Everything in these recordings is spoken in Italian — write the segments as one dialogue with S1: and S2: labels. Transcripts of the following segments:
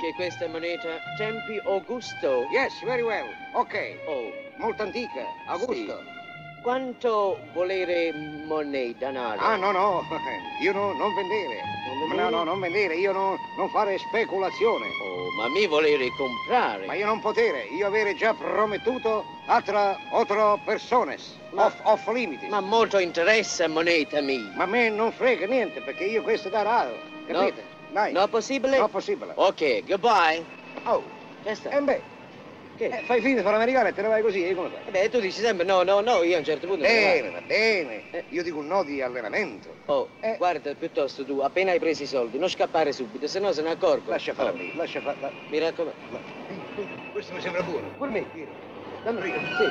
S1: di questa moneta Tempi Augusto.
S2: Yes, very well. Ok.
S1: Oh,
S2: Molto antica. Augusto.
S1: quanto volere money, denaro?
S2: Ah, no, no. Io no- non vendere.
S1: Non vendere?
S2: No, no, non vendere. Io no- non fare speculazione.
S1: Oh, ma mi volere comprare.
S2: Ma io non potere. Io avere già promettuto altra, otro persones.
S1: Ma-
S2: Off, off limits.
S1: Ma molto interessa moneta mi.
S2: Ma a me non frega niente perché io questo da raro.
S1: No.
S2: Capite? Dai.
S1: No Oh. possibile?
S2: Non possibile.
S1: Ok, goodbye.
S2: Oh.
S1: Testa.
S2: E beh,
S1: che?
S2: eh, fai finta di far americano e te ne vai così. E come fai?
S1: Eh beh, tu dici sempre no, no, no, io a un certo punto... me ne
S2: Bene, va
S1: Eh.
S2: bene. Io dico un no di allenamento.
S1: vado. Oh,
S2: Eh.
S1: guarda piuttosto tu, appena hai preso i soldi, non scappare subito, se no se ne accorgo.
S2: Lascia fare a
S1: Oh,
S2: me, lascia fare. la-
S1: Mi raccomando.
S2: la- eh, Questo mi sembra buono.
S1: Pure me.
S2: Tiro. Dammi io.
S1: Sì.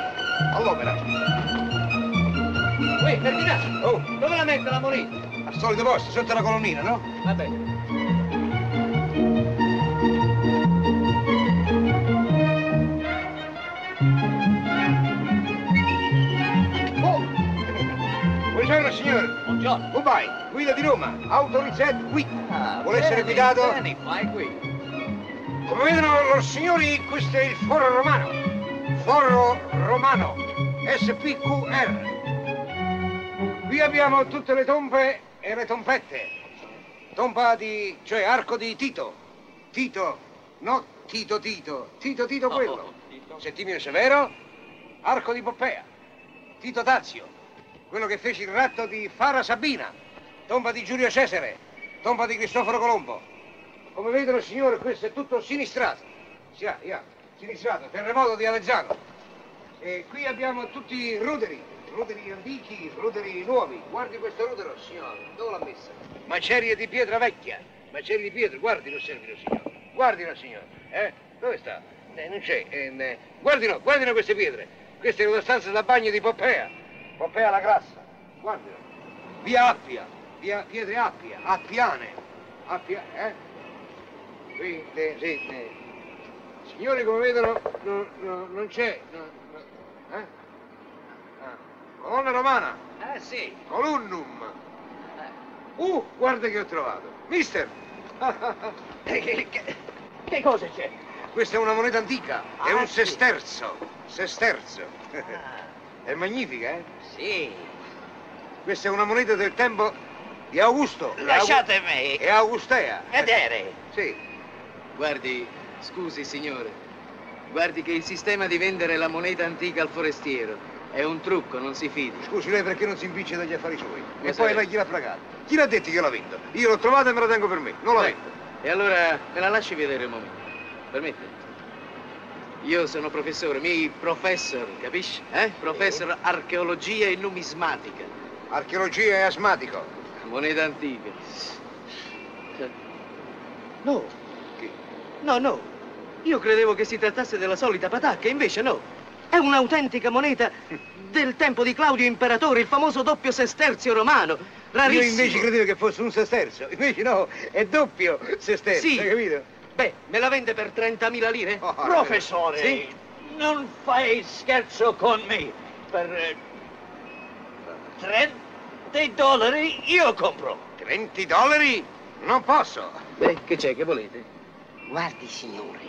S2: All'opera.
S1: Uè, Ferdinando,
S2: Oh,
S1: dove la metto la moneta?
S2: al solito posto, sotto la colonnina, no?
S1: Va bene.
S2: Oh! Buongiorno, signore.
S1: Buongiorno.
S2: Dubai, Oh, guida di Roma, autorizzato qui.
S1: Ah,
S2: Vuole essere
S1: bene,
S2: guidato?
S1: Bene, vai qui.
S2: Come vedono, loro signori, questo è il foro romano. Foro romano, SPQR. Qui abbiamo tutte le tombe e le tombette. Tomba di, cioè arco di Tito. Tito, no Tito Tito, Tito Tito quello.
S1: Oh,
S2: Settimio Severo, arco di Poppea. Tito Tazio, quello che fece il ratto di Fara Sabina. Tomba di Giulio Cesare, tomba di Cristoforo Colombo. Come vedono, signore, questo è tutto sinistrato. Sì, ah, yeah, sinistrato, terremoto di Avezzano. E qui abbiamo tutti i ruderi, ruderi antichi, ruderi nuovi. Guardi questo rudero, signore, dove l'ha messa? Macerie di pietra vecchia, macerie di pietra, guardilo, servilo, signore. Guardilo, signore. Eh? Dove sta? Eh, non c'è. ehm, eh, guardino, guardino queste pietre. Questa è una stanza da bagno di Poppea. Poppea la grassa. Guardilo. Via Appia, via Pietre Appia, Appiane. Appia, eh? Sì, eh, sì, eh. Signori, come vedono, no- no- non c'è. no- no- eh? Ah, Colonna romana,
S1: Ah, sì.
S2: colonnum.
S1: Eh.
S2: Uh, guarda che ho trovato. Mister!
S3: Eh,
S1: Eh, Che, che- che cosa c'è?
S2: Questa è una moneta antica, è
S1: Ah,
S2: un
S1: sì.
S2: sesterzo. Sesterzo.
S1: Ah,
S2: È magnifica, eh?
S1: sì.
S2: Questa è una moneta del tempo di Augusto.
S1: Lasciatemi
S2: È Augustea.
S1: vedere.
S2: Sì.
S3: Guardi, scusi signore, guardi che il sistema di vendere la moneta antica al forestiero è un trucco, non si fidi.
S2: Scusi, lei perché non si impiccia dagli affari suoi?
S3: Ma
S2: E
S3: sai-
S2: poi lei gliel'ha fragato. Chi l'ha detto che io la vendo? Io l'ho trovata e me la tengo per me, non la
S3: Beh,
S2: vendo.
S3: E allora me la lasci vedere un momento, permette? Io sono professore, mi professor, capisci? Eh? Professor archeologia e numismatica.
S2: Archeologia e asmatico.
S3: Moneta antica.
S2: No. Che?
S3: No, no, io credevo che si trattasse della solita patacca, invece no. È un'autentica moneta del tempo di Claudio Imperatore, il famoso doppio sesterzio romano, rarissimo.
S2: Io invece credevo che fosse un sesterzo, invece no, è doppio sesterzo,
S3: Sì.
S2: hai capito?
S3: Beh, me la vende per 30.000 lire?
S2: Oh,
S4: Ah, Professore,
S3: Sì?
S4: non fai scherzo con me. Per eh, 30 dollari io compro.
S2: 20 dollari? Non posso.
S3: Beh, che c'è, che volete?
S5: Guardi, signore,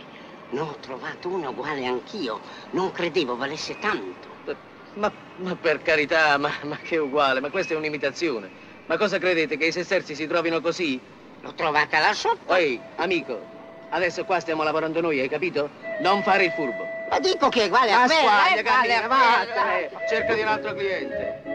S5: ne ho trovato una uguale anch'io. Non credevo valesse tanto.
S3: Ma, ma per carità, ma, ma che uguale, ma questa è un'imitazione. Ma cosa credete, che i sesterzi si trovino così?
S5: L'ho trovata là sotto.
S3: Poi, amico, adesso qua stiamo lavorando noi, hai capito? Non fare il furbo.
S5: Ma dico che è uguale a eh,
S3: Ma
S5: quella, è
S3: squaglia,
S5: uguale
S3: cammina,
S5: a quella.
S3: vattene, cerca di un altro cliente.